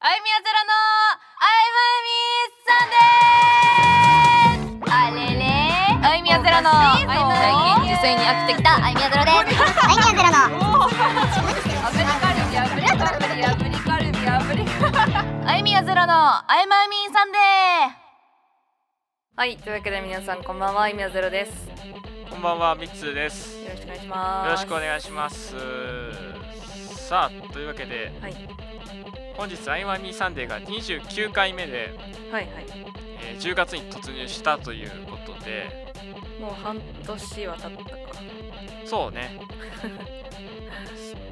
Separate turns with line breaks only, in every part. あゆみやゼロのあいまみさんですあれれあゆみやゼロのあいまみ実際に飽きてきたあゆみやゼロです
アイニャゼロの
アプリカルビアプリカルビアプリカルビアプリカルあゆみやゼロのあいまみさんではいというわけで皆さんこんばんはあゆみやゼロですよ
こんばんは、ミッツーです。よ
ろしくお願いします
ろしくお願いします。さあ、というわけで、
はい
本日、アイワミーサンデーが29回目で、
はいはい
えー10月に突入したということで、
もう半年は経ったか
そ うね、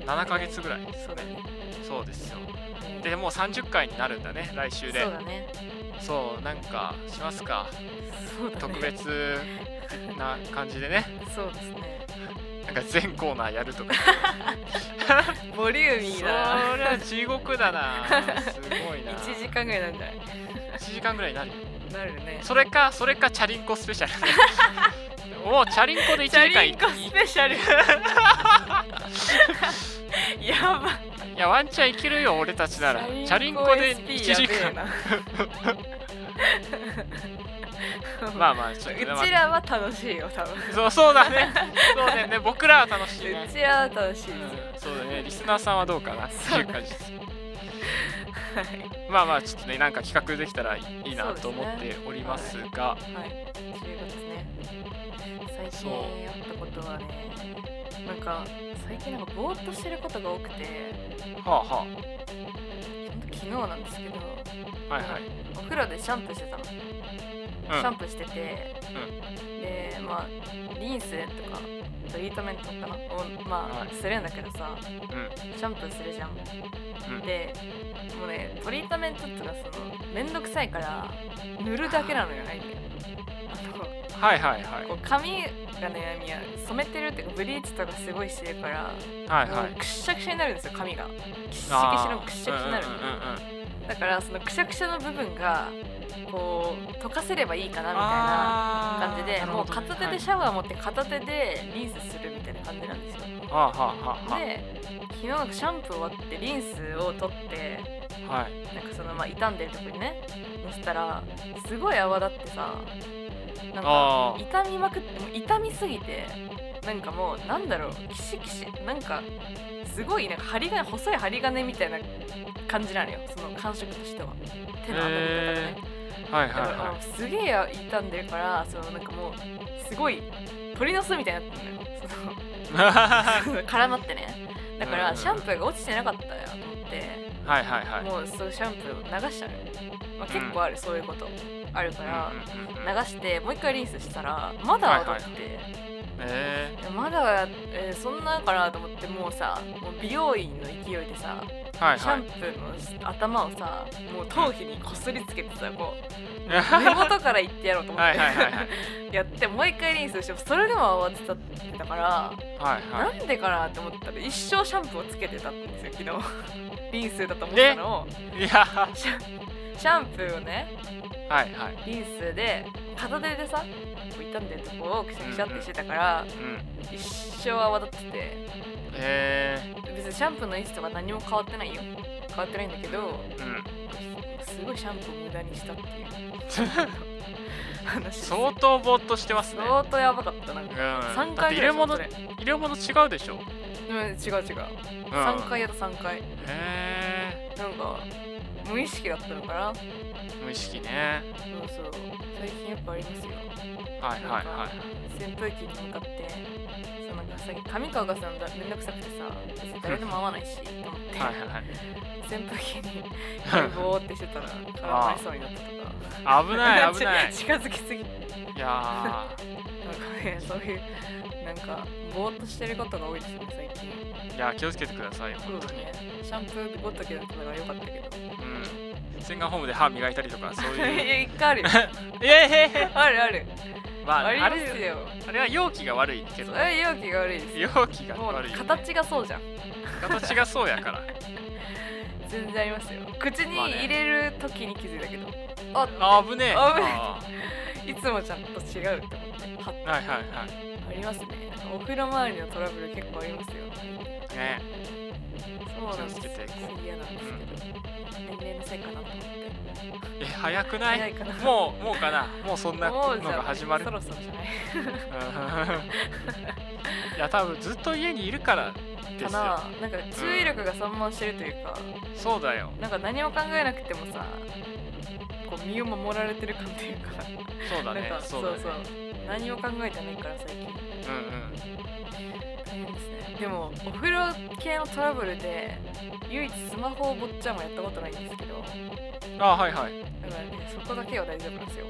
7ヶ月ぐらいです
そうだ
ね。
ね
そうですよ。でもう30回になるんだね、来週で
そう。だね
そうなんかします か、
そうだね
特別な感じでね、
そうですね
なんか全コーナーやるとか。
ボリューミー
そり
な
ゃ地獄だな。す ごいな。
1時間ぐらいなんじゃない
1時間ぐらいになるよ
なるね
それかそれかチャリンコスペシャ ルもうチャリンコで1
チャ
時間
リンコスペシャルやば
いやワンチャンいけるよ俺たちならチャリンコで1
SP や
時
べえ
間
な
まあまあちょっとねまあ
うちらは楽しいよ多分
そうそうだねそうだよね僕らは楽しいね
うちらは楽しいで
うんそうだねリスナーさんはどうかなっていう感じです
すはい
まあまあちょっとねなんか企画できたらいいいいな
そう
と
です
思
ね
っておりますが
はい10月ね最近
そう
やったことはねなんか最近なんかぼーっとしてることが多くて
はあは
ほんと昨日なんですけど
あはいはい
お風呂でシャンプーしてたの
う
シャン
ん
プーしてて、でまあリンスとかトリートメントかなをま
は
あするんだけどさ、シャンプーするじゃん、
うん
でもうねトリートメントとかそのめんどくさいから塗るだけなのよアイミあ
はいはいはい
のこう髪がねアイミヤ染めてるっていうかブリーチとかすごいしてるから、
はい
も
は
う
い
くっしゃくしゃになるんですよ髪がきっしきし
あー
のくっしゃくしになる、
うんうんうんうん
だからそのくしゃくしゃの部分がこう溶かせればいいかなみたいな
あー
感じで
なる
も
ほ
う
どね
片手でシャワー持って片手でリンスするみたいな感じなんですよ
はいはあはあは
で昨日シャンプー終わってリンスを取って
あはい
なんかそのまあ傷んでるとこにねそしたらすごい泡立ってさなんか
あー
痛みまくってもう痛みすぎてなんかもうなんだろうキシキシなんかすごいなんか針金細い針金みたいな感じなのよその感触としては手の当たり方がね
へーは
だ
いはい
から
は
あすげえ傷んでるからそのなんかもうすごい鳥の巣みたいになってるの よ
い は
その絡まってねだか
うんう
ら
ん
シャンプーが落ちてなかったよと思って
いはいはい
もうそういうシャンプーを流したのよ、まあ、結構ある、そういうことあるから
うんうんうんうん
流してもう一回リンスしたらまだ泡立ってて、
え
まだ、えーそんなかなと思ってもうさもう美容院の勢いでさ、
ーはい
シャ
は
ン
い
プーの頭をさもう頭皮にこすりつけてさこう
は
根元からいってやろうと思って。
いはいはいはい
やってもう一回リンスしてもそれでも泡立ってたから、
はいはい
なんでかなって思ったら一生シャンプーをつけてたんですよ昨日リンスだと思ったのを
いやは
シャシャンプーをね
いはい
リンスで片手でさこう傷んでるとこをくしゃくしゃってしてたから、
うん
一生泡立ってて
え
別にシャンプーの位置とか何も変わってないよ変わってないんだけど
ーうん
すごいシャンプーを無駄にしたっていう話です
相当ぼーっとしてますね
相当やばかったなん
うん
か
3
3回
入
ぐら
れ
い
物
で
入
しょ
れ物違うでしょ
それうん違う違う
うん
三回やった3回
え
なんか無意識だったのかなそう
ー無意識ね
そう最近やっぱありますよ
はいはいは
扇風機に向かってそうなんかさ髪乾かすのだめんどくさくてさ別に誰でも合わないしと思っ
い
て、
はいはい
扇風機に
は
ボーってしてたら絡まりそうになったとか
い 危 ない危ない
近づきすぎなんか
いや
ねそういうなんかぼーっとしてることが多いですね最近
ーいやー気をつけてくださいよ
そ
本
うだ
当に
ねシャンプーごときだったから良かったけど
うん洗顔ホームで歯磨いたりとかそう
い
いう
や一回あるよ
いやいやいや
あるある
まあ
あり
あ
ま
れ
すよ
あれは容器が悪いけど、ね、
え容器が悪いです
容器が
もう
悪い、ね、
形がそうじゃん
形がそうやから
全然ありますよ口に
まあね
入れる時に気づいたけど、 あ
あ危ねえ
危ねえ
あ
いつもちゃんと違うって思っては
ーはいはいはい
ありますねお風呂周りのトラブル結構ありますよ
ね
そうなんです
気をつけていこう
嫌なんですけど、年齢のせせいかなと思って
え早くな
早
い
いかな
もうもうかなもうそんな
も
の
うじゃ
が
ない
始まる
そろそろじゃない
うんい や多分ずっと家にいるからです
か
よ
ななんか注意力が散漫してるというか
そうだよ
なんか何も考えなくてもさこう身を守られてる感というか
そうだね
なんか
そう
そう
だね
何も考えてないから最近
うんうん
大変ですねでもお風呂系のトラブルで唯一スマホをぼっちゃんもやったことないんですけど
あはいはい
だからねそこだけは大丈夫なんですよ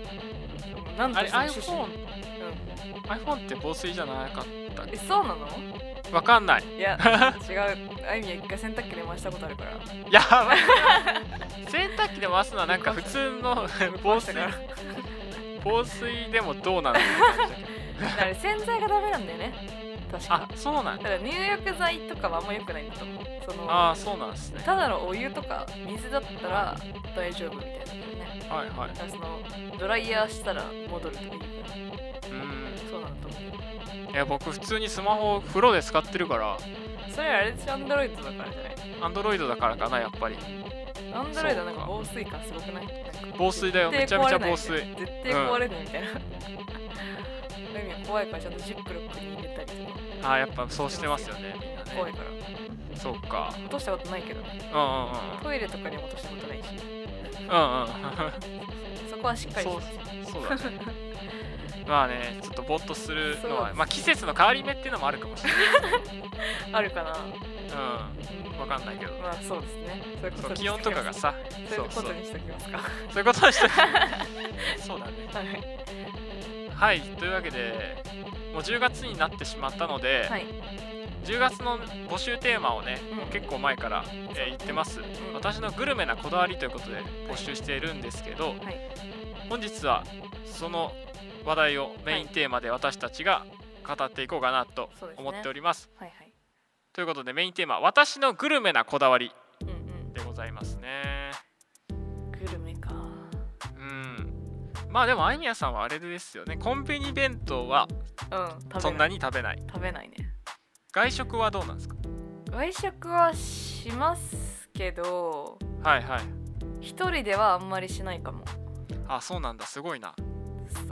なんと
あれ
その趣旨
iPhoneiPhone
うん
って防水じゃなかったっ
えそうなの
けわかんない
い や違うあゆみは一回洗濯機で回したことあるから
や ばい洗濯機で回すのはなんか普 通の防水
から
防水でもどうなのって感じだけど
あれ洗剤がダメなんだよね確
あ
か
そうなん
だ
だ
から入浴剤とかはあんま良くないんだと思うその
あーそうなんですね
ただのお湯とか水だったら大丈夫みたいなね
はいはい
だからそのドライヤーしたら戻るとかいいから
うん
そうなんだと思う
いや僕普通にスマホを風呂で使ってるから
それあれでしょアンドロイドだからじゃない
アンドロイドだからかなやっぱり
アンドロイドなん
そ
か
うか
防水感すごくないなんか
防水だよ
絶対
めちゃめち
壊れな
ゃ
い
防水
絶対壊れないみたいな、あゆみは怖いからちゃんとジップロックに入れたりとか
あーやっぱそうしてますよねみんな
怖い
ね
から
そうか
落としたことないけどね
うんうんうん
トイレとかにも落としたことないし
うんうん
そこはしっかりします
そうだねまあねちょっとぼーっとするの
そう
はまあ季節の変わり目っていうのもあるかもしれない
あるかな
うんわかんないけど
まあそうですねそういうこ
そ
と
う
にし
気温とかがさ
そう
そ
いう
う
こ
そう
とにしておきますか
そういうことにして そうだね
はい
はいというわけでもう10月になってしまったので、
はい
10月の募集テーマをね、
うん
もう結構前から、えー言ってます、
ん
私のグルメなこだわりということで募集しているんですけど、
い
本日はその話題をメインテーマで私たちが語っていこうかなと
そうですね
思っております。
はいはい
ということでメインテーマ「私のグルメなこだわり
うんうん」
でございますね。
グルメか
うんまあでもあいみやさんはあれですよねコンビニ弁当は
うん
そ
食べ
んな
ない
に食べない
食べないね
外食はどうなんですか
外食はしますけど
はいはい
一人ではあんまりしないかも
あそうなんだすごいな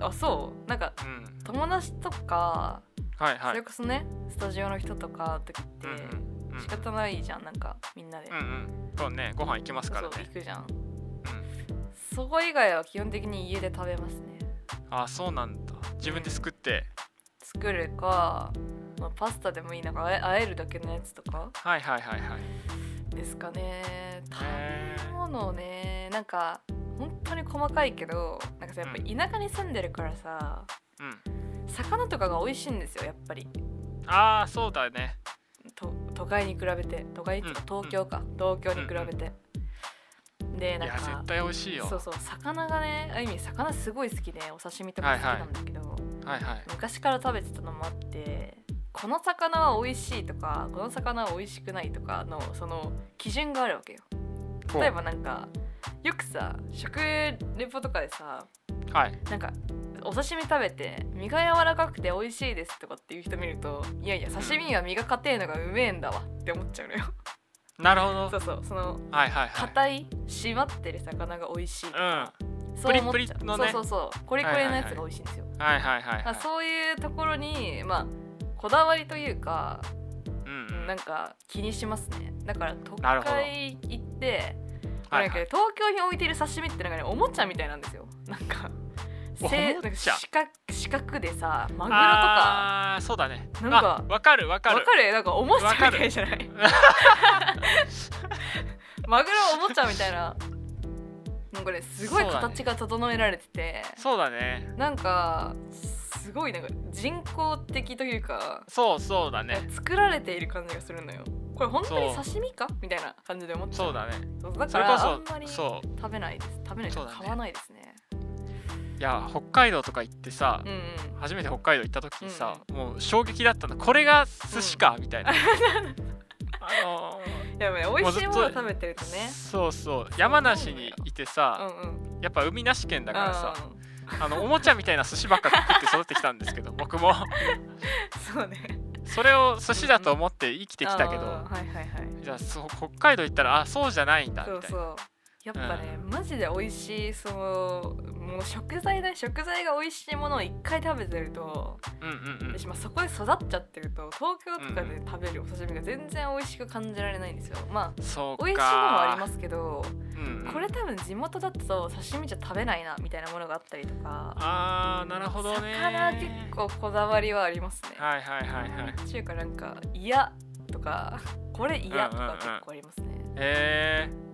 あそうなんか
うん
友達とか、
はいは
それ
い
こそねスタジオの人とかとって
うんうんうん
仕方ないじゃんなんかみんなで、
うんうんそうねご飯行きますか
そ
ら
う行
ね
くじゃんそこ以外は基本的に家で食べますね
あそうなんだ自分で作って
作るか、まあ、パスタでもいいなんかあえあえるだけのやつとか
はいはいはいはい
ですかね食
へー
べ物ねなんか本当に細かいけどなんかさやっぱ田舎に住んでるからさ
うん
魚とかが美味しいんですよやっぱり
ああそうだね
と都会に比べて都会っていうか東京か、東京に比べて、で
い
なん
や
か
絶対美味しいよ
そうそう魚がねあゆみ魚すごい好きでお刺身とか好きなんだけど、
はいはい
昔から食べてたのもあってこの魚は美味しいとかこの魚は美味しくないとかのその基準があるわけよ例えばなんかよくさ食レポとかでさ
おはい
なんかお刺身食べて身が柔らかくて美味しいですとかっていう人見るといやいや刺身は身が硬いのがうめえんだわって思っちゃうのよ
なるほど
そうそうその
はいはいはい
硬い締まってる魚が美味しいとか、そう思っちゃう
プリプリの
そ
ね
うそうそうコリコリのやつが美味しいんですよ、
はいはいはいは
まあ
い
そういうところにまあこだわりというか
う
うん
ん
なんか気にしますねだから都
なるほど
会行って
は
なん
いは
か
い
東京に置いてる刺身ってなんかねおもちゃみたいなんですよなんか
お
せな
お
んか
もちゃ
四角四角でさマグロとか
あーそうだね
なんか
あわかるわか
わ
る
かるなんかおもちゃみたいじゃないマグロおもちゃみたいななんかねすごい
そうだね
形が整えられてて、
そうだね
なんかすごいなんか人工的というか
そうそうだね
作られている感じがするのよこれ本当に
そう
刺身かみたいな感じで思っちゃう
そうだね
そうだか
それこ
らあんまり
そ
食
そう
べないです食べないと
そう
いう
だ
か
ね
買わないですね
いや北海道とか行ってさ、
うん
初めて北海道行った時にさ、もう衝撃だったのこれが寿司か、みた いなあの
うんいやでもね美味しいもの食べてると
ー
ね
そうそう山梨にい
う
て
ん
さ、
うん
やっぱ海なし県だからさ、
うん
あのおもちゃみたいな寿司ばっか食って育ってきたんです けど僕も
そうね
それを寿司だと思って生きてきたけど、
あーはいはいはい
じゃあそう北海道行ったらあそうじゃないんだみ
そう
たい
そ
な
うやっぱね、マジで美味しいそのもう食材だ食材が美味しいものを一回食べてると
うんうんうん
私、まあ、そこで育っちゃってると東京とかで食べるお刺身が全然美味しく感じられないんですよま
そう
あ
か、
美味しいのもありますすけど
うんうん
これ多分地元だと刺身じゃ食べないなみたいなものがあったりとか
あーなるほどね
魚結構こだわりはありますね
はいはいはいはい
っていうかなんか嫌とかこれ嫌と
うんうんう
か
ん
結構ありますね、
え
うん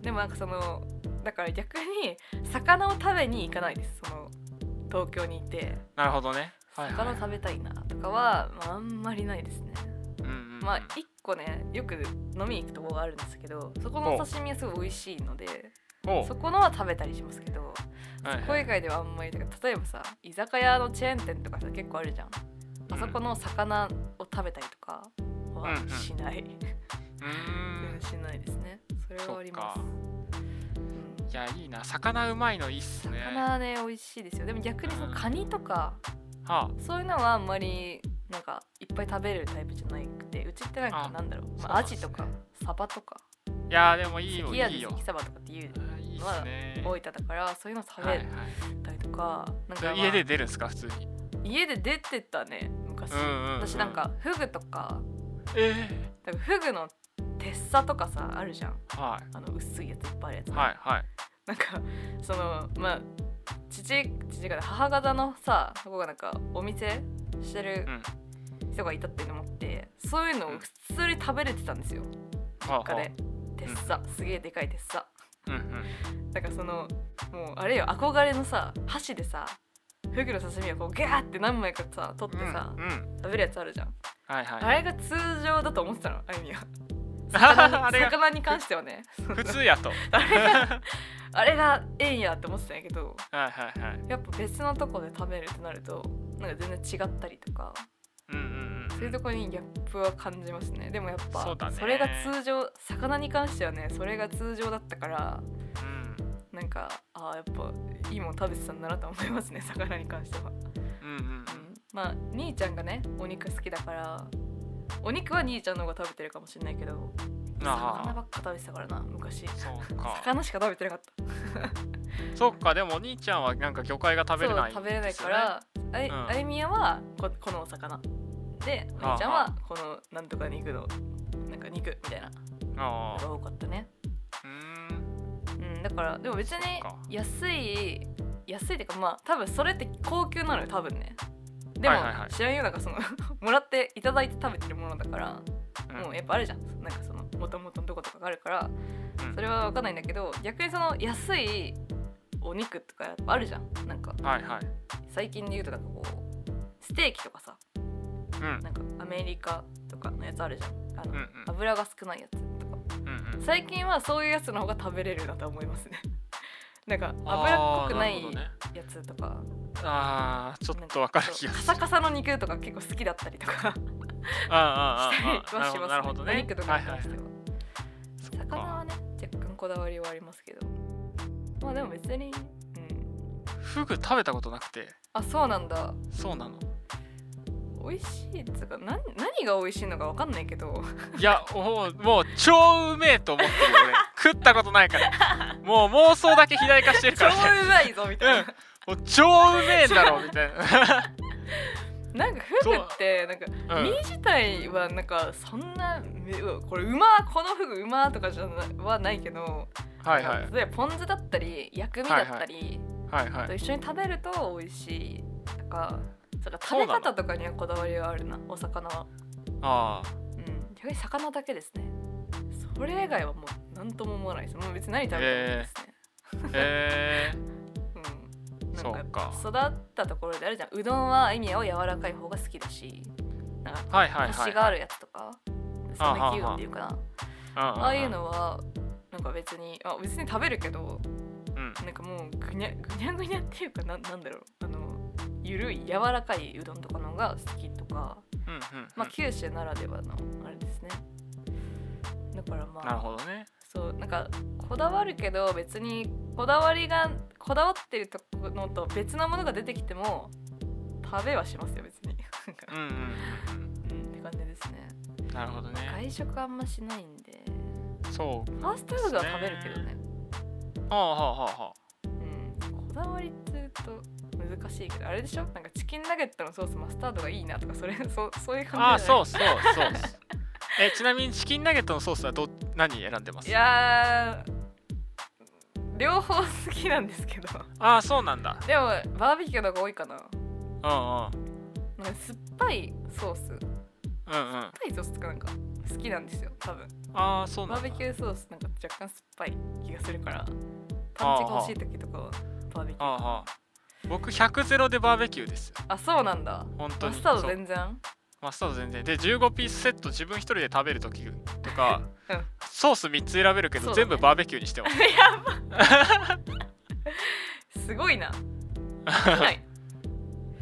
でもなんかそのだから逆に魚を食べに行かないですその東京にいて
ー、なるほどねはいは
魚
い
食べたいなとかは、まあ、あんまりないですね
うんうんうん
まあ一個ねよく飲みに行くとこがあるんですけどそこのお刺身はすごい美味しいので
お
そこのは食べたりしますけど
はいはい
そこ以外ではあんまりだから例えばさ居酒屋のチェーン店とかさ結構あるじゃんあそこの魚を食べたりとかは
うんうん
しない、
うーん
しないですねそれ
そ
はあ
っ
りま
か
す
いやいいな魚うまいのいいっすね
魚はね美味しいですよでも逆にそのカニとか
は
そういうのはあんまりなんかいっぱい食べるタイプじゃなくてうちってなん
あ
かなんだろうまあ、
そうなん
ア
ですね
ジとかサバとか
あ、いやでもいいよ
関屋で
いいよ
関サバとかっていう
あいいっすね
大分だからそういうの食
はい
べ
はい
たりとか、なん
そ
か、
れ家で出るんですか普通に
家で出てたね昔、
うんうんうん
私なんかフグとか
え
だからフグのテッサとかさあるじゃん
えはい
あの薄いやついっぱいあるやつ、
はいはい
なんかそのまあ父父が母方のさそこがなんかお店してる
うん
人がいたっていうのもあってそういうのを
うん
普通に食べれてたんですよ
はあ
他
は
でテッサすげえでかいテッサ
あうんうん
だからそのもうあれよ憧れのさ箸でさフグの刺身をこうギャーって何枚かさ取ってさ、
うんうん
食べるやつあるじゃん、
はいはい
あれが通常だと思ってたのあゆ みは
あれが
魚に関してはね
普通やと
あれが あれがええんやって思ってたんやけど
はいはいはい
やっぱ別のとこで食べるってなるとなんか全然違ったりとか
うんうんうん
そういうとこにギャップは感じますねでもやっぱ
そうだね
れが通常魚に関してはねそれが通常だったから
うん
なんかあーやっぱいいもん食べてたんだなと思いますね 魚に関しては、うん、
うんうん
まあ兄ちゃんがねお肉好きだからお肉は兄ちゃんの方が食べてるかもしれないけど
うん
魚ば
あ
っか食べてたからな昔
あそうか
魚しか食べてなかった
そっかでもお兄ちゃんはなんか魚介が食べれない、
そう食べれないから、あい
うん
あゆみやはここのお魚でお
はあ
兄ちゃんはこのなんとか肉のなんか肉みたいな
あ
の
あ
が多かったね、
うーん
うん、だからでも別に
そっか
安い安いっていうかまあ多分それって高級なのよ多分ねでも、
はいはいはい
知らんようなんかその もらっていただいて食べてるものだから、
うん
もうやっぱあるじゃんなんかそのもともとのどことかがあるから、
うん
それは分かんないんだけど逆にその安いお肉とかやっぱあるじゃんなんか
はいはい
最近で言うとなんかこうステーキとかさ
うんうん
なんかアメリカとかのやつあるじゃんあの、
うんうん
油が少ないやつとか
うんうん
最近はそういうやつの方が食べれるなと思いますね なんか油っこくない
あーるほどね
やつとか
あーちょっとわかる気が
カ
す
サ
る
カサの肉とか結構好きだったりとか
あ
したりは
ーあーあ
し
ーあ
ま
ー
すね
なるほどね
お肉とかに関しては、
そっ
魚
か
はね若干こだわりはありますけどまあでも別にうん
フグ食べたことなくて
あそうなんだ
そうなの
美味しいっつうか何何が美味しいのか分かんないけど
いやもうもう超うめえと思ってる よ俺食ったことないからもう妄想だけ肥大化してる
超
からね
うまいぞみたいな
もう超うめえんだろみたい
なんかフグってなんか
な、うん
身自体はなんかそんなめうわこれうまこのフグうまとかじゃなはないけど、
はいはい
例えばポン酢だったり薬味だったり
はいは
と
い
一緒に食べると美味しいとかそっか
そ
食べ
うなの
方とかにはこだわりがあるなお魚は、
あ
うん、逆に魚だけですねそれ以外はもう何とも思わないですもう別に何食べてもいいですね、
ーへえ
うんなん
そうか
育ったところであるじゃんうどんは意味を柔らかい方が好きだしなんか
はいはいはい
腰があるやつとか
あ
讃岐うどんっていうかな
あ
ああいうのはなんか別にあ別に食べるけど
うん
なんかもうぐにゃぐにゃぐにゃっていうかなんなんだろうあのゆるい柔らかいうどんとかのが好きとか、
うんうん
まあ、九州ならではのあれですねだからま
なる
あ
ほどね
そうなんかこだわるけど別にこだわりがこだわってるとこのと別なものが出てきても食べはしますよ別になんか
うんう
う
ん
んって感じですね
うんなるほどね
外食あんましないんで
そう
ファーストフードは食べるけどね
ああはあはあは
うん、こだわりって言うと難しいけどあれでしょなんかチキンナゲットのソースマスタードがいいなとかそれ そうそういう感じじゃない
ああーそうそうそう っすえちなみにチキンナゲットのソースはど何選んでます
いやー両方好きなんですけど
ああそうなんだ
でもバーベキューの方が多いかな
うんうん
なんか酸っぱいソース酸っ
うんうん
ぱいソースとかなんか好きなんですよ多分
ああそうなん
バ
だ
ーベキューソースなんか若干酸っぱい気がするからパンチが欲しい時とかはバーベキュー
ああはあ僕100ゼロでバーベキューですよ
あそうなんだ
本当
マ
に
スタード
そう
全然
マスタード全然で15ピースセット自分一人で食べる時とか、
うん
ソース3つ選べるけど、
そうだね
全部バーベキューにしてます
すごいな飽きない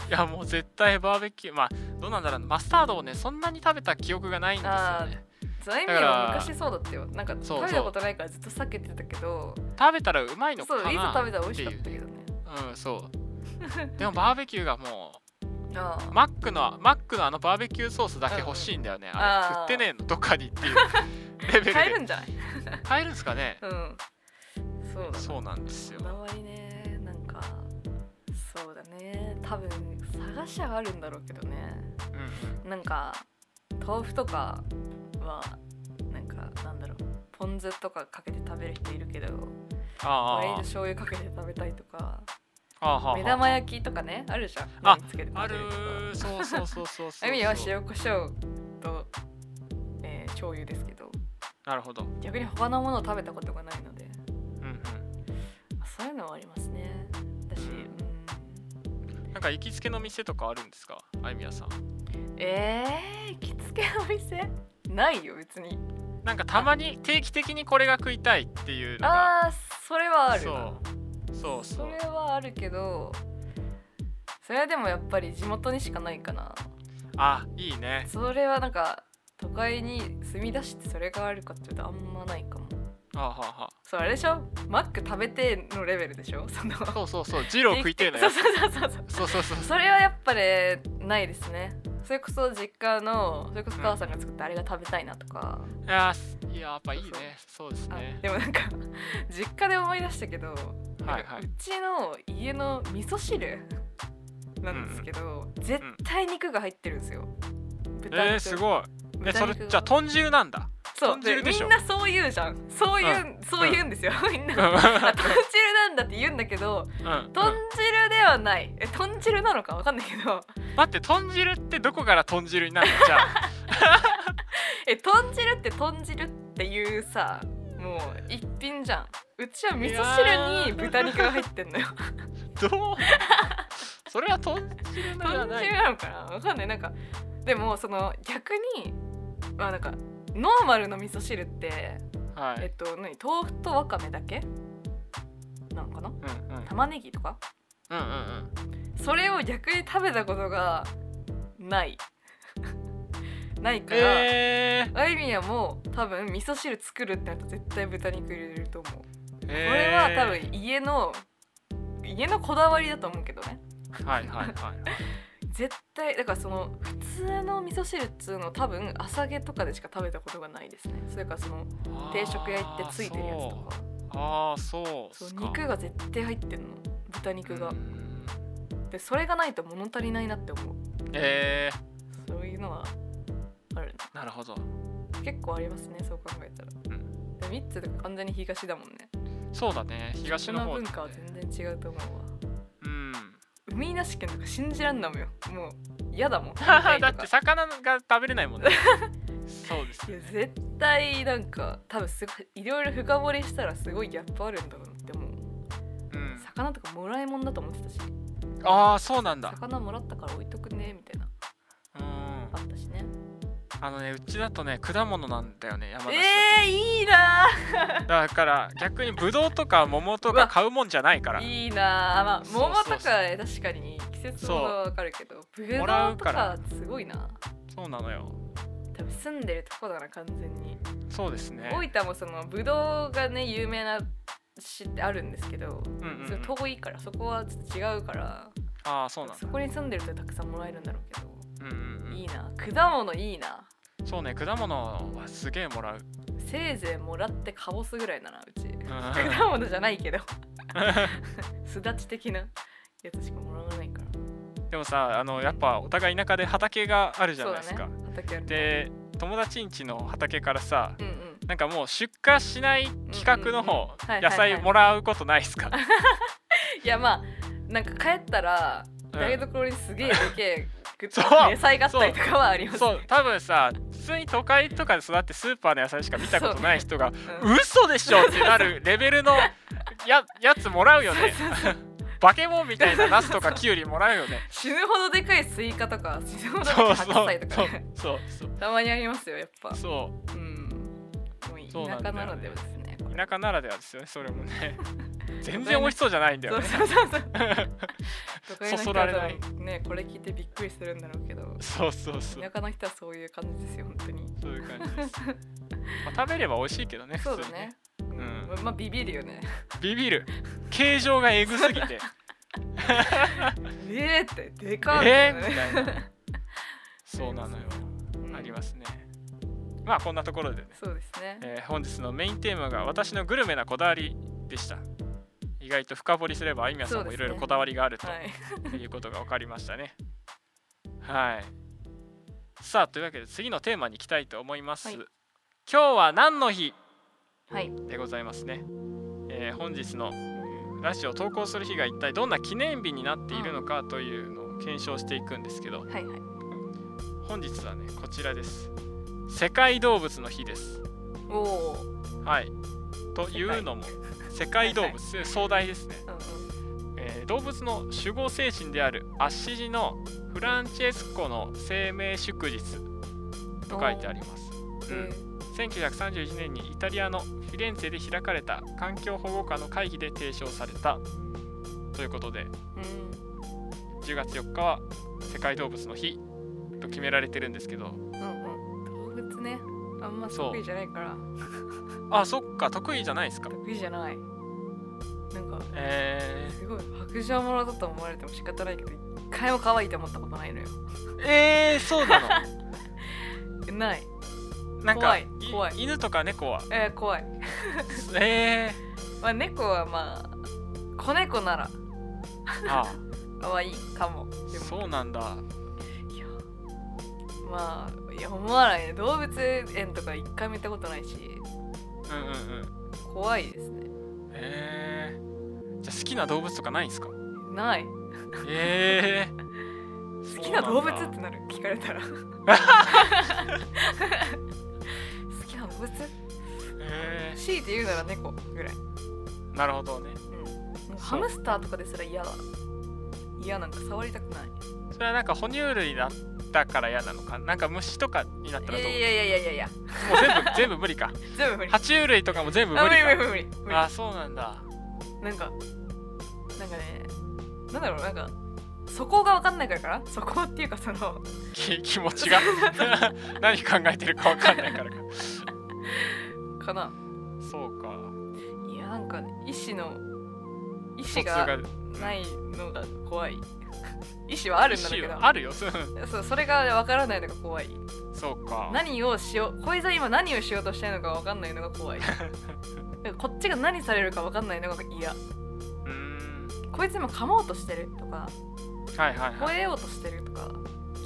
いやもう絶対バーベキューまあどうなんだろうマスタードをねそんなに食べた記憶がないんですよね
財務
だから
は昔そうだったよなんか
そう
食べたことないからずっと避けてたけど
食べたらうまいのか
そう
ない
ざ食べたら美
って
味し
い
かっ
う
たけどね
うんそうでもバーベキューがも
あ
う
あ
マックのマックのあのバーベキューソースだけ欲しいんだよね、あれ
あー
売ってねえのどっかにっていう レベルで
買えるんじゃない
買えるんですかね
うんそうだな
そうなんですよ
こだわりねなんかそうだね多分探しはあるんだろうけどね
うんうん
なんか豆腐とかはなんかなんだろうポン酢とかかけて食べる人いるけどオレン
あ
ジ醤油かけて食べたいとか
あああああ
目玉焼きとかねあるじゃん
あ
何つけて
あ
食べ
る
るとか
ーそうそうそうそうそ う
あゆみは塩コショウと、えー醤油ですけど
なるほど、
逆に他のものを食べたことがないので
うん
あそういうのはありますね私、うん、
うん、なんか行きつけの店とかあるんですかあゆみやさん
えー、行きつけのお店ないよ別に
なんかたまに定期的にこれが食いたいっていうのが
ああそれはある
そ
な
うそうそ
そうれはあるけどそれはでもやっぱり地元にしかないかな
あいいね
それはなんか都会に住み出してそれがあるかって言うとあんまないかも
ああはあは
そうあれでしょマック食べてのレベルでしょその
あそうそうそうジロー食いてえの
そ
や
う
つ
そうそうそう
そうそうそう
それはやっぱりないですねそれこそ実家のそれこそ母さんが作ったあれが食べたいなとか、
いやーいややっぱいいねそうです
あ
ね
でもなんか 実家で思い出したけど、
はいは
う
い
ちの家の味噌汁なんですけど、絶対肉が入ってるんですよ、
え
豚肉
ー、すごいねそ
豚
れ
肉
じゃあ豚汁なんだ
そう
豚
で
汁で
み
しょ
んなそう言うじゃんそういう、そう言うんですよ、み んな、
うん
あ豚汁なんだって言うんだけど
うん
豚汁ではないえ豚汁なのかわかんないけど
待って豚汁ってどこから豚汁になる のじゃあ
え豚汁って豚汁っていうさもう一品じゃんうちは味噌汁に豚肉が入ってんのよ
どう それは豚汁のじゃ
豚
ない
汁なのかなわかんないなんかでもその逆にまあなんかノーマルの味噌汁って
は
え
い
っと何豆腐とわかめだけなんかな
うんうん
玉ねぎとか
うんうんうん
それを逆に食べたことがない ないから、
えー、
あゆみやもう多分味噌汁作るってなったら絶対豚肉入れると思う
こ
これは多分家の家のこだわりだと思うけどね
はいはいはいはい
絶対だからその普通の味噌汁っつうの多分朝げとかでしか食べたことがないですねそれからその定食屋行ってついてるやつとか
あーそうあーそう
そ
っ
う
すか
肉が絶対入ってんの豚肉が
う、ん
でそれがないと物足りないなって思う
えー、
そういうのはあるな
なるほど
結構ありますねそう考えたら、
う
でミッツとか完全に東だもんね
そうだね東
そ
の
の
方だね
文化は全然違うと思うわ
うん
海なし県とか信じらんなもよもう嫌だもん
だって魚が食べれないも んねそうです
いや
よね
絶対なんか多分すごいいろいろ深掘りしたらすごいギャップあるんだろうなって思う、
うん、
魚とかもらいもんだと思ってたし
ああそうなんだ
魚もらったから置いとくねみたいな
うん
あったしね
あのねうちだとね果物なんだよね山梨だと、
えー、いいな
だから逆にブドウとか桃と
うわ
か買うもんじゃないから
ーいいなーまあ
そうそう
桃
そう
とかね確かに季節ものはわかるけどブド
もらう
ウと
から
かすごいな
そうなのよ
多分住んでるとこだな完全に
そうですね
大分もそのブドウがね有名な市ってあるんですけど、
うんうんうん
それ遠いからそこはちょっと違うから
ああそうなんだ
そこに住んでるとたくさんもらえるんだろうけど
うんうんうん
いいな果物いいな
そうね果物はすげえもらう
すせいぜいもらってかぼすぐらいだなうち
うん
果物じゃないけ ど すだち的なやつしかもらわないから
でもさあのやっぱお互い田舎で畑があるじゃないです
そ
か、
うだね畑ある
で友達ん家の畑からさ
うんうん
なんかもう出荷しない企画の
うんうんうん
方
はいはい
野菜もらうことないで すか
いやまあなんか帰ったら
うん
台所にすげえでけ えグッズ
そう
野菜があったりとかはあります
そう多分さ普通に都会とかで育ってスーパーの野菜しか見たことない人が
うん
嘘でしょってなるレベルの ややつもらうよね バケモンみたいなナスとかキュウリもらう よね
死ぬほどでかいスイカとか死ぬほどで
そ
か
う
い
そう
白菜とかね
そうそう
たまにありますよやっぱ
そ
うんもう
そうな
田
んだ
舎
よね
なのではですねこれ
う田舎ならではですよねそれ もね全然美味しそうじゃないんだよね
そう そうそうそう都会の
そ
人
そ
は
られない
多分ねこれ聞いてびっくりするんだろうけど
そうそうそう
田舎の人はそういう感じですよ本当に
そういう感じです。まあ、食べれば美味しいけどね。
そうだ
普通に
ね。
ん
まあビビるよ ね
ビビる。形状がえぐすぎて。
えーってでかい
えー、
み
み
たいな
たいな。そうなのよ。ありますすね。まあこんなところでね、
そうですね
えー本日のメインテーマが私のグルメなこだわりでした。意外と深掘りすればあいみやさん
そう
も
で
い
すね
ろいろこだわりがあると
はい
いうことが分かりましたね。はい。さあというわけで次のテーマに行きたいと思います。
はい
今日は何の日
はい
でございますね、えー本日のラジオを投稿する日が一体どんな記念日になっているのかというのを検証していくんですけど
はいはい
本日はねこちらです世界動物の日です
おお
はいというのも世界動物壮大ですね、えー動物の守護精神であるアッシジのフランチェスコの生命祝日と書いてあります、うん、1931年にイタリアのフィレンツェで開かれた環境保護課の会議で提唱されたということで10月4日は世界動物の日と決められてるんですけど
動物ねあんま
そう
得意じゃないから
あそっか得意じゃないですか
得意じゃないなんか
え
すごい白状者だと思われても仕方ないけど一回も可愛いと思ったことないのよ
ー、えー、そうな
ない
のなんか
怖い怖い
犬とか猫は
えー、怖い
え
まあ猫はまあ子猫なら
ー、あ
可愛いかもでも
そうなんだ
いやまあいや思わないね動物園とか一回も行ったことないし
うんうんうん
怖いですね
えー、じゃあ好きな動物とかないんすか
ない
え ー
好きな動物っ
そうなん
て
だ
なる聞かれたら好きな動物
え
強いて言うなら猫ぐらい、
ー、なるほどね
うん、ハムスターとかですら嫌だ嫌なんか触りたくない
それはなんか哺乳類だったから嫌なのかなんか虫とかになったらどう
いやいやいやいやいや
もう全部全部無理か
全部無理
爬虫類とかも全部無
あ
理
無理無理
か
無理無理無理
あそうなんだ
なんかなんかねなんだろうなんかそこが分かんないからかなそこっていうかその
き気持ちが 何考えてるかわかんないからか
かな
そうか
いやなんか意志の意
疎
志
通
が
うん
ないのが怖い 意志はあるんだろう
意
け
思
ど
はあるよそう
そうそれが分からないのが怖い
そうか
何をしよう小泉今何をしようとしてるのか分かんないのが 怖いなんかこっちが何されるか分かんないのが嫌
うーん
こいつ今噛もうとしてるとか
はいはいは
吠
い
えようとしてるとか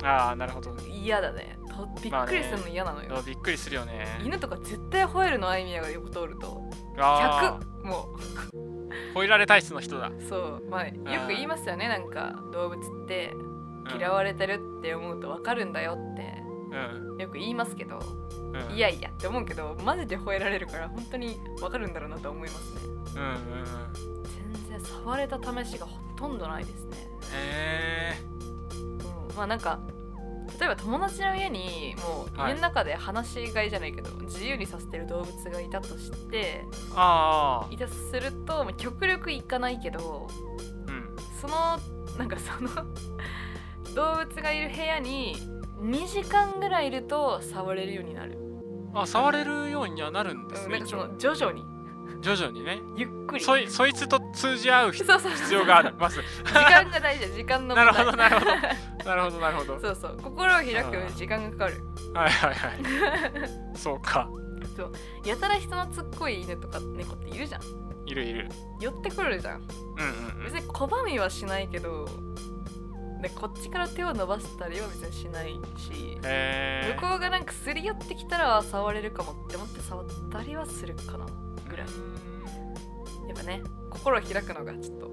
ああなるほどね
嫌だねとびっくりするの嫌なのよ、
びっくりするよね
犬とか絶対吠えるのあいみやが横通ると
あ
100も
ー吠えられ体質の人だ、
うそうまあよく言いますよねなんか動物って
うん、
嫌
わ
われてるって思うと分かるんだよって
うん、
よく言いますけど
うん、
いやいやって思うけどマジで吠えられるから本当に分かるんだろうなと思いますね
うんうんうん
全然触れた試しがほとんどないですね、
へえ
うん、まあなんか例えば友達の家にもう
はい
家の中で話し飼いじゃないけど、自由にさせてる動物がいたとして
ああ
いたとするとまあ極力行かないけど
うん
そのなんかその 動物がいる部屋に2時間ぐらいいると触れるようになる、
あ触れるようにはなるんです
うん
ね、
なんか
一
そ
応
の徐々に
徐々にね
ゆっくり
そいそいつと通じ合う必
そうそうそう
要があります
時間が大事だ時間の
な
問
る
題
ほどなる ほど なるほどなるほど
そうそう心を開くのに時間がかかる
はいはいはいそうか
そうやたら人のつっこい犬とか猫っているじゃん
いるいる
寄ってくるじゃん
うんうんうん
別に拒みはしないけどでこっちから手を伸ばしたりは別にしないし
へ
向こうがなんかすり寄ってきたらあ触れるかもって思って触ったりはするかな
ー
ぐらい
うん
やっぱね心を開くのがちょっと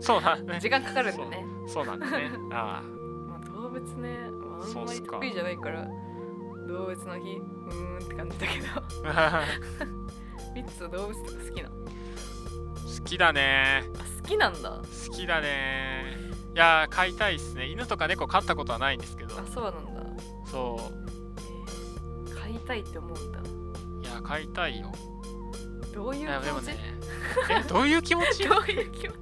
そうだね
時間かかるんでね、
そうなんだ ねあ
まあ、動物ね、まあ、あ
そうんっ
ますり
か
得意じゃないから動物の日うーんって感じだ けど
あ
リッツは動物とか好きなの
好きだね
あ好きなんだ
好きだねいやー飼いたいっすね犬とか猫飼ったことはないんですけど
あそうなんだ、
そ
えー、飼いたいって思うんだ
ういや飼いたいよ
どういう
い
気
やでも
持ち、
ねえどういう気持 ち
どういう気持ち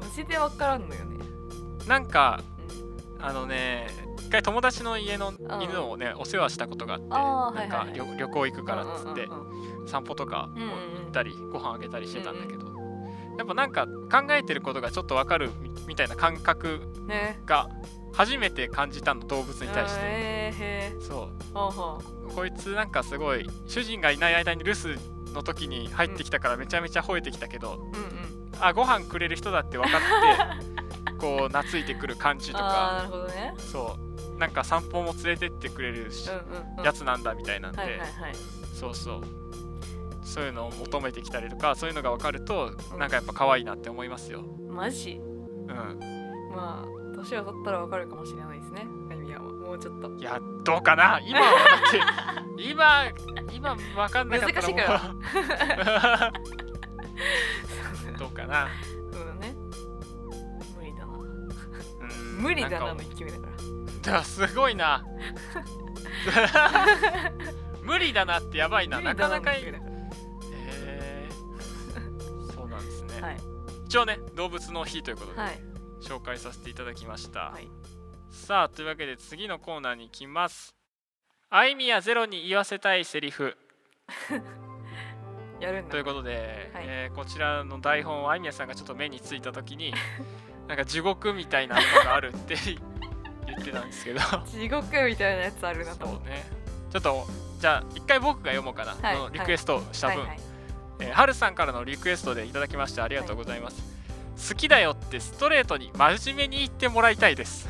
マジで分からんのよね、
なんか
うん
あのね一回友達の家の
ん
犬をねお世話したことがあって
あー
なん
はい
か
はい
旅旅行行くからっつって
うんうんうん
散歩とか
うんうん
行ったりご飯あげたりしてたんだけどやっぱなんか考えてることがちょっとわかるみみたいな感覚
うんね
が初めて感じたの動物に対して
えー、へ
そ
ーほうほう
うこいつなんかすごい主人がいない間に留守の時に入ってきたからめちゃめちゃ吠えてきたけど
うんうん
あご飯くれる人だって分かって こう懐いてくる感じと
ああな
か
るほどね
そうなんか散歩も連れてってくれるし
うんうん、うん、
やつなんだみたいなんで、
はいはいはい
そうそうそういうのを求めてきたりとかそういうのが分かるとなんかやっぱ可愛いなって思いますよ、
マジ
うん、
まあ年を取ったらわかるかもしれないですね。あゆみやんはもうちょ っと。
いやどうかな今はだ って今今分かんなかったらもうどうかな
そうだね。無理だな。
うん
無理だ
な
なんの
か
勢いだから。
だすごいな 無理だなってやばいな
無
な
理だ
か
な
なか
の
い
勢いだか
へーそうなんですね、
ら。はい
一応ね動物の日ということで、
はい
紹介させていただきました、
はい
さあというわけで次のコーナーに行きますあいみやゼロに言わせたいセリフ
やるんだ。
ということで、
はい
えーこちらの台本をあいみやさんがちょっと目についた 時になんか地獄みたいなのがあるって言ってたんです けど
地獄みたいなやつあるなと思っ
そうねちょっとじゃあ一回僕が読もうかな、
はい。
このリクエストをしたた
は
分、
いはい。
えーはるさんからのリクエストでいただきましてありがとうございます、好きだよってストレートに真面目に言ってもらいたいです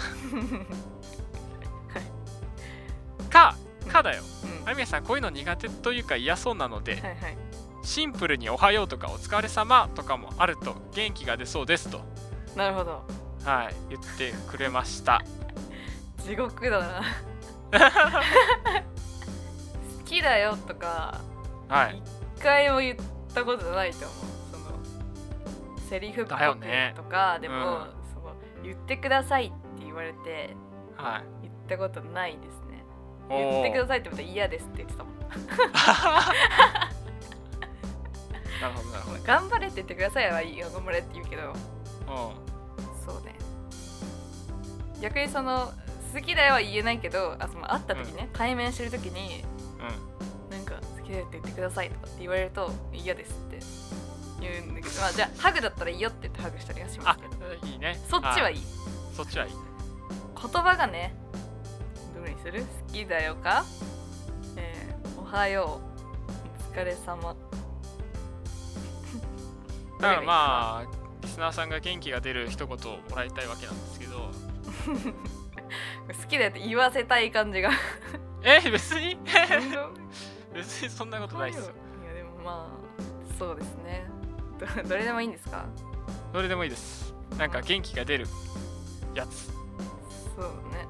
かかだよ
うん
あみやさんこういうの苦手というか嫌そうなので
はいはい。
シンプルに「おはよう」とか「お疲れ様とかもあると元気が出そうですと、
なるほど。
はい、言ってくれました
地獄だ な。好きだよとか
はい
一回も言ったことないと思う。そのセリフっぽ
だよ
く
ね
とかでも、
うん
その言ってくださいって言われて
はい
言ったことないですね。言
お
ってくだ
ー
さいって言ったら嫌ですって言ってたもん。
なるほどなるほ
頑張れって言ってくださいはいいよ頑張れって言うけど
ど
そうね逆にその好きだよは言えないけどあその会った時ね、対面してる時に
うんうん
なんか好きだよって言ってくださいとかって言われると嫌ですって言うんだけどまあじゃあハグだったらいいよって言ってハグしたりはしま
あ
すけど
いいね
そっちはい
い
い
そっちはいい
言葉がねどれにする好きだよか、えーおはようお疲れ様
だからまあリスナーさんが元気が出る一言をもらいたいわけなんですけど
好きだよって言わせたい感じが
え別に
運動
別にそんなことないですよ
いやでもまあそうですねどどれでもいいんですか
どれでもいいですなんか元気が出るやつ
そうね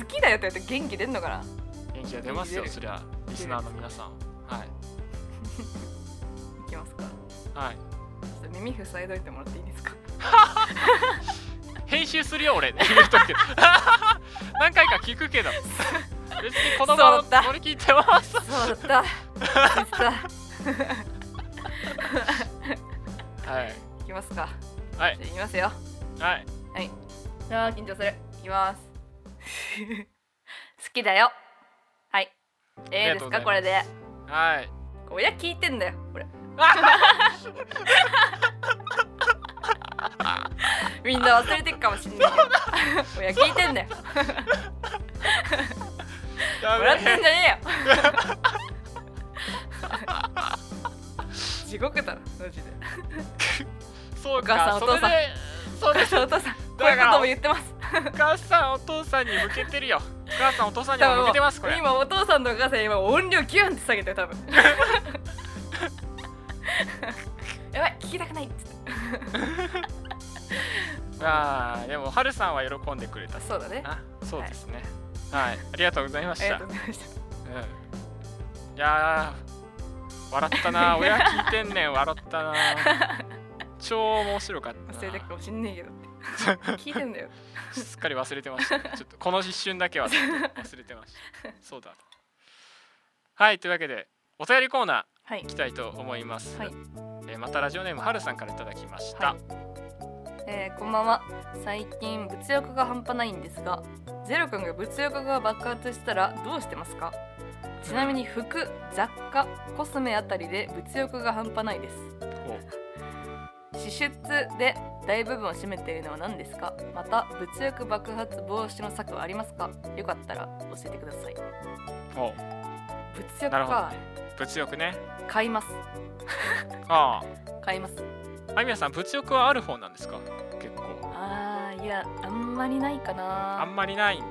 好きだよって言うと元気出んのかな
元気が出ますよそりゃリスナーの皆さんはい
いきますか
はい
ちょっと耳塞いどいてもらっていいですか
編集するよ俺言うと くけど何回か聞くけど別にこのま
そうだ
ま乗り切ってます
そうだった
はい
いきますか
はい
じゃあいきますよ
はい
あー緊張するいきます 好きだよはいええです
ありが
か
とうございます
これで
はい
親聞いてんだよこれみん な忘れてるかもしんないけど親聞いてんだよ
ダメ
笑ってんじゃ ねえよ地獄だなマジで
そう
お母さ
か
ん
そ
お
れ
父
で
さん
そ
お母
れ
さんお父さんこう
で
いうことも言ってます
お母さんお父さんに向けてるよお母さんお父さんに
多
も
分
向
も
けてますこ
う
れ
今お父さんとお母さん今音量ギュンって下げてる 多分やばい聞きたくないっつって
あーでもはるさんは喜んでくれた
そうだね
なそうですねはい、ありがとうございまし
ありが
た
とうございました
うんいやー笑ったな 親聞いてんねん笑ったな超面白かったな
忘れてるかもしんねえけど って聞いてんだよ
すっかり忘れてました ねちょっとこの一瞬だけはちょっと忘れてましたそうだはいというわけでお便りコーナ
はい
ーいきたいと思います、
はい
えーまたラジオネームはるさんからいただきました、
はいえーこんばんは最近物欲が半端ないんですがゼロ君が物欲が爆発したらどうしてますかちなみに服雑貨コスメあたりで物欲が半端ないです
お
支出で大部分を占めているのは何ですかまた物欲爆発防止の策はありますかよかったら教えてください物
お
欲
なるほど
か
ね物欲ね
買います
あ
買います
ああみやさん物欲はある方なんですか結構
あーいやあんまりないかな
あんまりないんだ、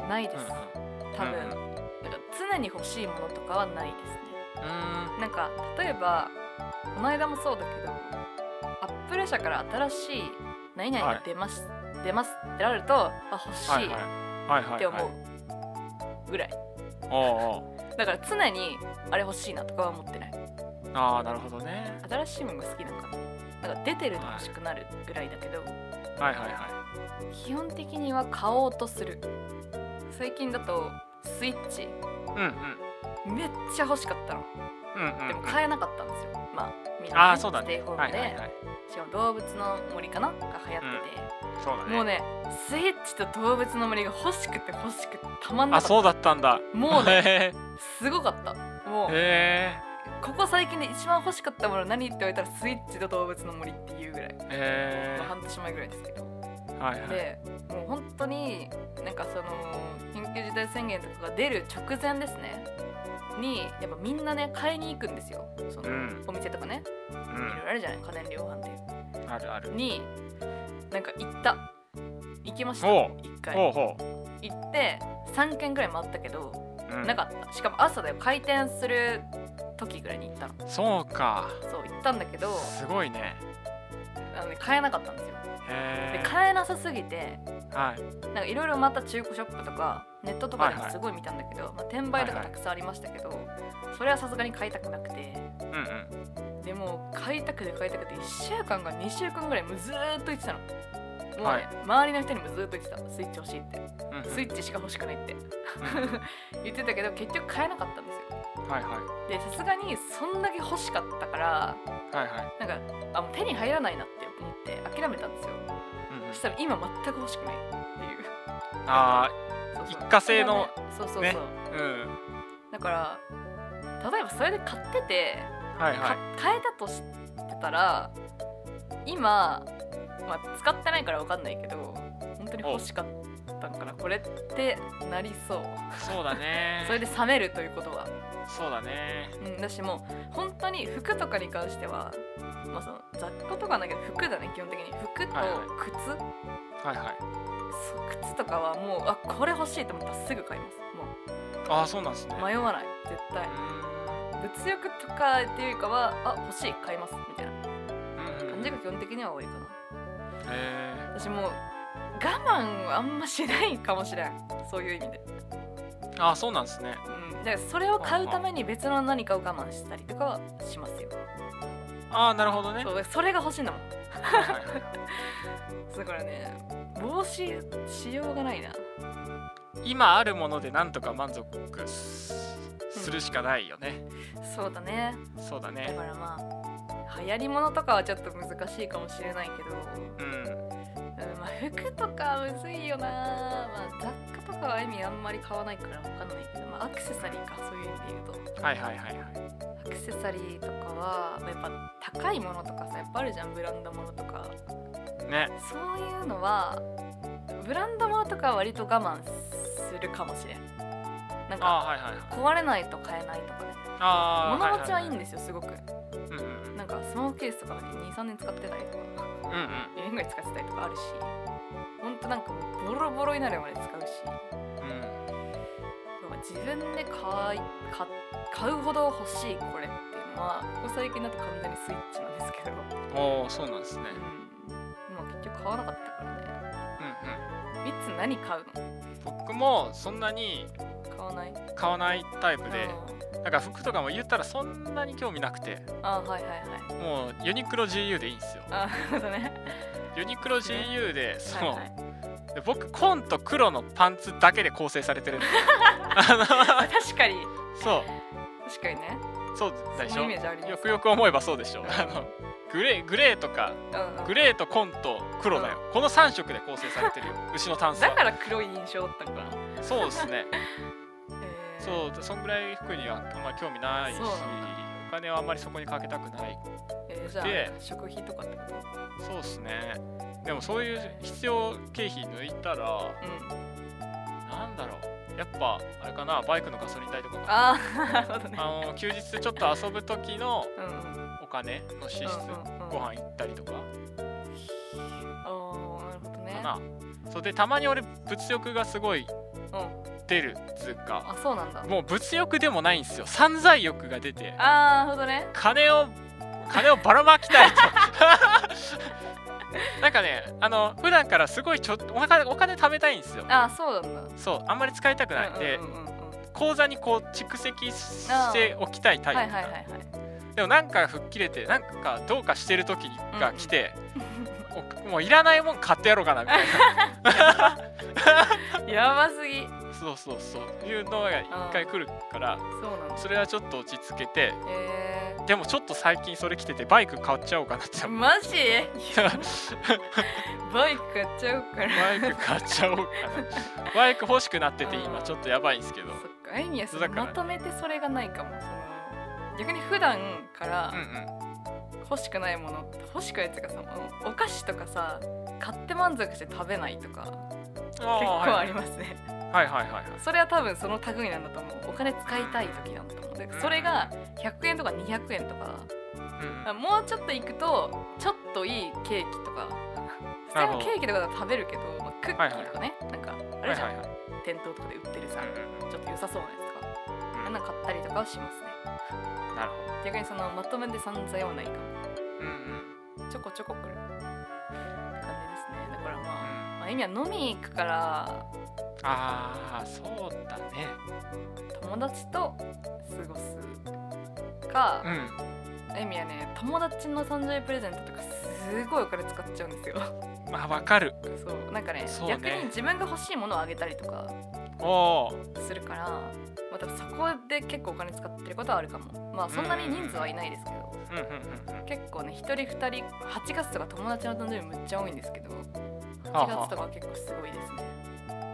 うんないで
うん
す、
うん、
多分、
うん
なんか常に欲しいものとかはないですね
うーん
なんか例えばこの間もそうだけどアップル社から新しい何々が出ます、出ますってなるとあ欲し
はい
い
はい
っ
はいはいはい
て思うぐらい
おうおう
だから常にあれ欲しいなとかは思ってない
ああなるほどね
新しいものが好きなのかななんか出てるの欲しくなるぐらいだけど
はいはいは
基本的には買おうとする最近だとスイッチ
いうん
めっちゃ欲しかったの
うんうんうんうん
でも買えなかったんですよまあみんなね、
ああそうだ
ステイ
ね
ホー
は
ム
い
で、
はいはい
しかも動物の森かなが流行ってて、
そうだね
もうねスイッチと動物の森が欲しくて欲しくてたまんな
あ
か
そ
っ
うだったんだ
たもう ね
へ
すごかったもう
ーへ
ここ最近で一番欲しかったもの何って言われたらスイッチと動物の森っていうぐらい、
ーへ
まあ半年前ぐらいですけど
ーはいはい
でもう本当になんかその緊急事態宣言とかが出る直前ですねにやっぱみんなね買いに行くんですよその、
うん
お店とかね
う
いろい
ん
ろあるじゃない家電量販店
あるある
になんか行った行きました
おう
一回
ほうほう
行って3軒ぐらい回ったけど
うん
なかったしかも朝だよ開店する時ぐらいに行ったの
そうか
そう行ったんだけど
すごいね
あの、ね、買えなかったんですよで
へー
買えなさすぎて
はい
なんかいろいろまた中古ショップとかネットとかで
はい
も
はい
すごい見たんだけど、まあ、転売とか
はい
た
はい
くさんありましたけど、それはさすがに買いたくなくて
うんうん
でもう買いたくて買いたくて1週間が2週間ぐらいもうずーっと言ってたのもうね、
はい
周りの人にもずーっと言ってたスイッチ欲しいって
うんうん
スイッチしか欲しくないって
うん
言ってたけど結局買えなかったんですよ
はいは
でさすがにそんだけ欲しかったから
いはいは
な
い
んかあもう手に入らないなって思って諦めたんですよ
うんうん
そしたら今全く欲しくないっていう
あ
そうそう
一過性の
そうそうそう、
ねーうん
だから例えばそれで買ってて、
はいは
か
い
買えたとしてたら今、まあ、使ってないから分かんないけど本当に欲しかったのかなこれってなりそう
そうだね
それで冷めるということは
そうだね
うん、だしもう本当に服とかに関しては、まあ、その雑貨とかはないけど服だね基本的に服と
はい
靴、
はいはい
そう靴とかはもうあこれ欲しいと思ったらすぐ買います
ああそうなんですね
もう迷わない絶対物欲とかっていうよりかはあ欲しい買いますみたいな
うんうんう
感
ん
じが基本的には多いかな
へー
私もう我慢はあんましないかもしれんそういう意味で、
ああそうなんですね
うん、だからそれを買うために別の何かを我慢したりとかはしますよ
ああなるほどね
そうだからそれが欲しいんだもん
はいはいはい
だからね帽子しようがないな
今あるものでなんとか満足すするしかないよね、
そうだね
そうだ
だ
ね
からまあ流行りものとかはちょっと難しいかもしれないけど、う
うん
んまあ、服とかむずいよな、まあ、雑貨とかは意味あんまり買わないからわかんないけど、まあ、アクセサリーかそういう意味で言うと
はいはいはいはい
アクセサリーとかはまあやっぱ高いものとかさやっぱあるじゃんブランドものとか
ね
そういうのはブランドものとかは割と我慢するかもしれんなん
あ
か
はいはいはい
壊れないと買えないとかね
あー
物持ちはいいん
す
ですよすごく
うんうん
なんかスマホケースとか23年使ってたりとか
うんうん
2年ぐらい使ってたりとかあるしほんとなんかもうボロボロになるまで使うし
うん
なんか自分で買い買買うほど欲しいこれっていうのはここ最近だと完全にスイッチなんですけど、
おーそうなんですね
うん、もう結局買わなかったからね
うんうん
ミッツ何買うの
僕もそんなに
買わない
買わないタイプで
あ
なんか服とかも言ったらそんなに興味なくて
ーあーはいはいはい
もうユニクロ GU でいいんですよ
あーなるほどね
ユニクロ GU でそう、
はいはい
で僕紺と黒のパンツだけで構成されて るんで
あ確かに
そ
確かにね
うそうでし
そのイメー
ょ
ジあります
よくよく思えばそうでしょあのグレーグレーとか
うんうん
グレーと紺と黒だよこの3色で構成され てるよ牛の炭素
だ
は
から黒い印象だったのかな
そうですね
へー
そうそんぐらい服にはあんまり興味ないし
そうなんだ
お金はあんまりそこにかけたくない
えーじゃ
で
あ食費とかってこと
そうですねでもそういう必要経費抜いたら
うん
なんだろうやっぱあれかなバイクのガソリン代とかか
ああ なるほどね
あの休日ちょっと遊ぶ時の
うんうん
お金の支出
うんうんうん
ご飯行ったりとかか
ああなるほどね
なそれでたまに俺物欲がすごい
うん
出るっつうか
あそうなんだ
もう物欲でもないんですよ散財欲が出て
ああなるほどね
金を金をばらまきたいと なんかねあの普段からすごいちょお金お金貯めたいんですよ
ああそうなんだ
そうあんまり使いたくない、で
うんうんうんうん
口座にこう蓄積しておきたいタ
は
イ
い
プ
は
ないん
はいはい
でもなんか吹っ切れてなんかどうかしてる時が来て、おもういらないもん買ってやろうかなみたい
やばすぎ
なそうそうそういうのが一回来るから
そうなんだ
それはちょっと落ち着けて
え
でもちょっと最近それ来ててバイク買っちゃおうかなって
ー
思う
マ ジバイク買っちゃおうかな
バイク買っちゃおうかなバイク欲しくなってて
あ
今
ー
ちょっとやばいんですけど
そっかあいみやそ
だ
れ
から
まとめてそれがないかもその逆に普段か
うんう
ら
ん
欲しくないもの欲しくないっていうかさお菓子とかさ買って満足して食べないとか
結
結構あり
す
ますね
はいはいはいはい
それは多分その類なんだと思うお金使いたい時なんだと思うでそれが100円とか200円とか
うん
あもうちょっと行くとちょっといいケーキとか普通のケーキとかだと食べるけど、まあ、クッキーとかね、なんかあ
はい
れ
はい
じゃん、
はい
店頭とかで売ってるさ、
う
ちょっと良さそうなやつとかあん
ん
なの買ったりとかはしますね
うんなるほど
逆にそのまとめて散財はないかも
うんうん
ちょこちょこ来るって感じですねだからまあ、まあ、意味は飲み行くから
ああそうだね
友達と過ごすか、
うん
エミはね友達の誕生日プレゼントとかすごいお金使っちゃうんですよ
まあわかる
そうなんかね
そうね
逆に自分が欲しいものをあげたりとか
おお
するから、まあ、多分そこで結構お金使ってることはあるかもまあそんなに人数はいないですけど、
うんうんうんうん
結構ね1人2人8月とか友達の誕生日むっちゃ多いんですけど
はあ
8月とかは結構すごいですね、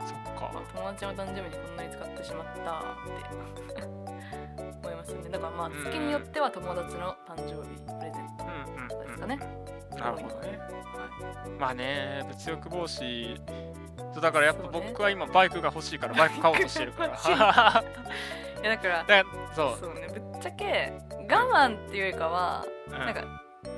そっか
まあ、友達の誕生日にこんなに使ってしまったって 思いますねだからまあ月によっては友達の誕生日プレゼント
うんうんうん
ですかね
なるほどねまあね物欲防止そうだからやっぱ
そうね
僕は今バイクが欲しいからバイク買おうとしてるから だ
欲しい
か
いやだから
らそう
そうねぶっちゃけ我慢っていうよりかは
うん
なんか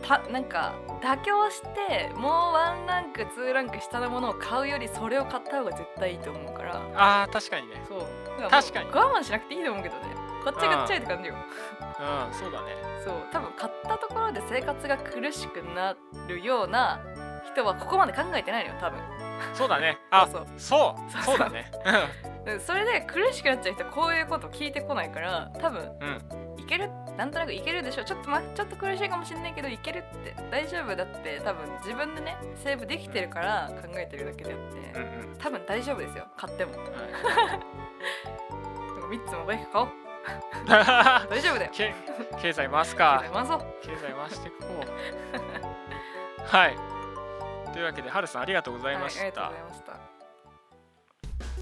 たなんか妥協してもうワンランクツーランク下のものを買うよりそれを買った方が絶対いいと思うから
あー確かにね
そうだらもう
確かに
我慢しなくていいと思うけどねこっちが買っちゃいって感じよ
うんそうだね
そう多分買ったところで生活が苦しくなるような人はここまで考えてないのよ多分
そうだねあ
そう
そう
そ
そううだね
でそれで苦しくなっちゃう人はこういうこと聞いてこないから多分、いけるなんとなくいけるでしょちょっと、ま、ちょっと苦しいかもしれないけどいけるって大丈夫だって多分自分でねセーブできてるから考えてるだけであっ
うんう
て
んうん
多分大丈夫ですよ買ってもでも3つもバイク買おう
はい
大丈夫だよ
け経済回す
あ
か
回そう
経済回していこうはいというわけではるさんありがとうございまし
はいあり
た、
がとうございました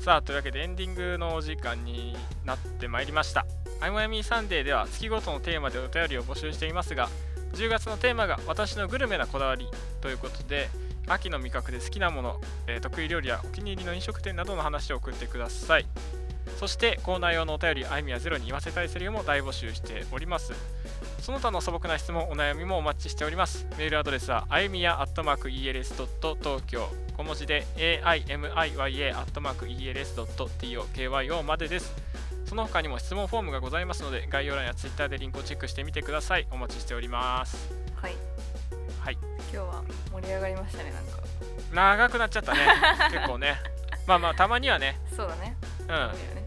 さあというわけでエンディングのお時間になってまいりました「アイマイミーサンデー」では月ごとのテーマでお便りを募集していますが10月のテーマが「私のグルメなこだわり」ということで秋の味覚で好きなもの、えー得意料理やお気に入りの飲食店などの話を送ってくださいそしてコーナー用のお便りあゆみやゼロに言わせたいセリフも大募集しておりますその他の素朴な質問お悩みもお待ちしておりますメールアドレスはあゆみや @els.tokyo 小文字で aimiya@els.tokyo までですその他にも質問フォームがございますので概要欄や Twitter でリンクをチェックしてみてくださいお待ちしております
はい
はい
今日は盛り上がりましたねなんか
長くなっち ゃったね結構ねまあまあたまにはね
そうだね
うん
そうだよね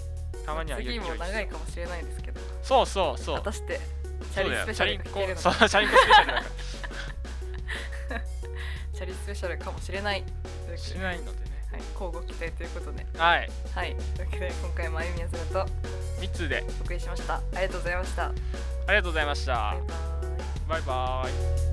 たまには
次も
良い
長いかもしれないですけど
そうそうそう
果たしてチ
そうだ
ャ
よ
リスペ
チ
シャ
ャリ
ル
ン
が聞
コ
けるの
そう
か
チャリンコスペシャルだから
チャリスペシャルかも しれないというわ
し
けで
ないのでね
はい、交互期待ということで
はい
はいというわけで今回もあゆみやすらと
3つで
お送りしましたありがとうございました
ありがとうございました
バイバイ
バイバイ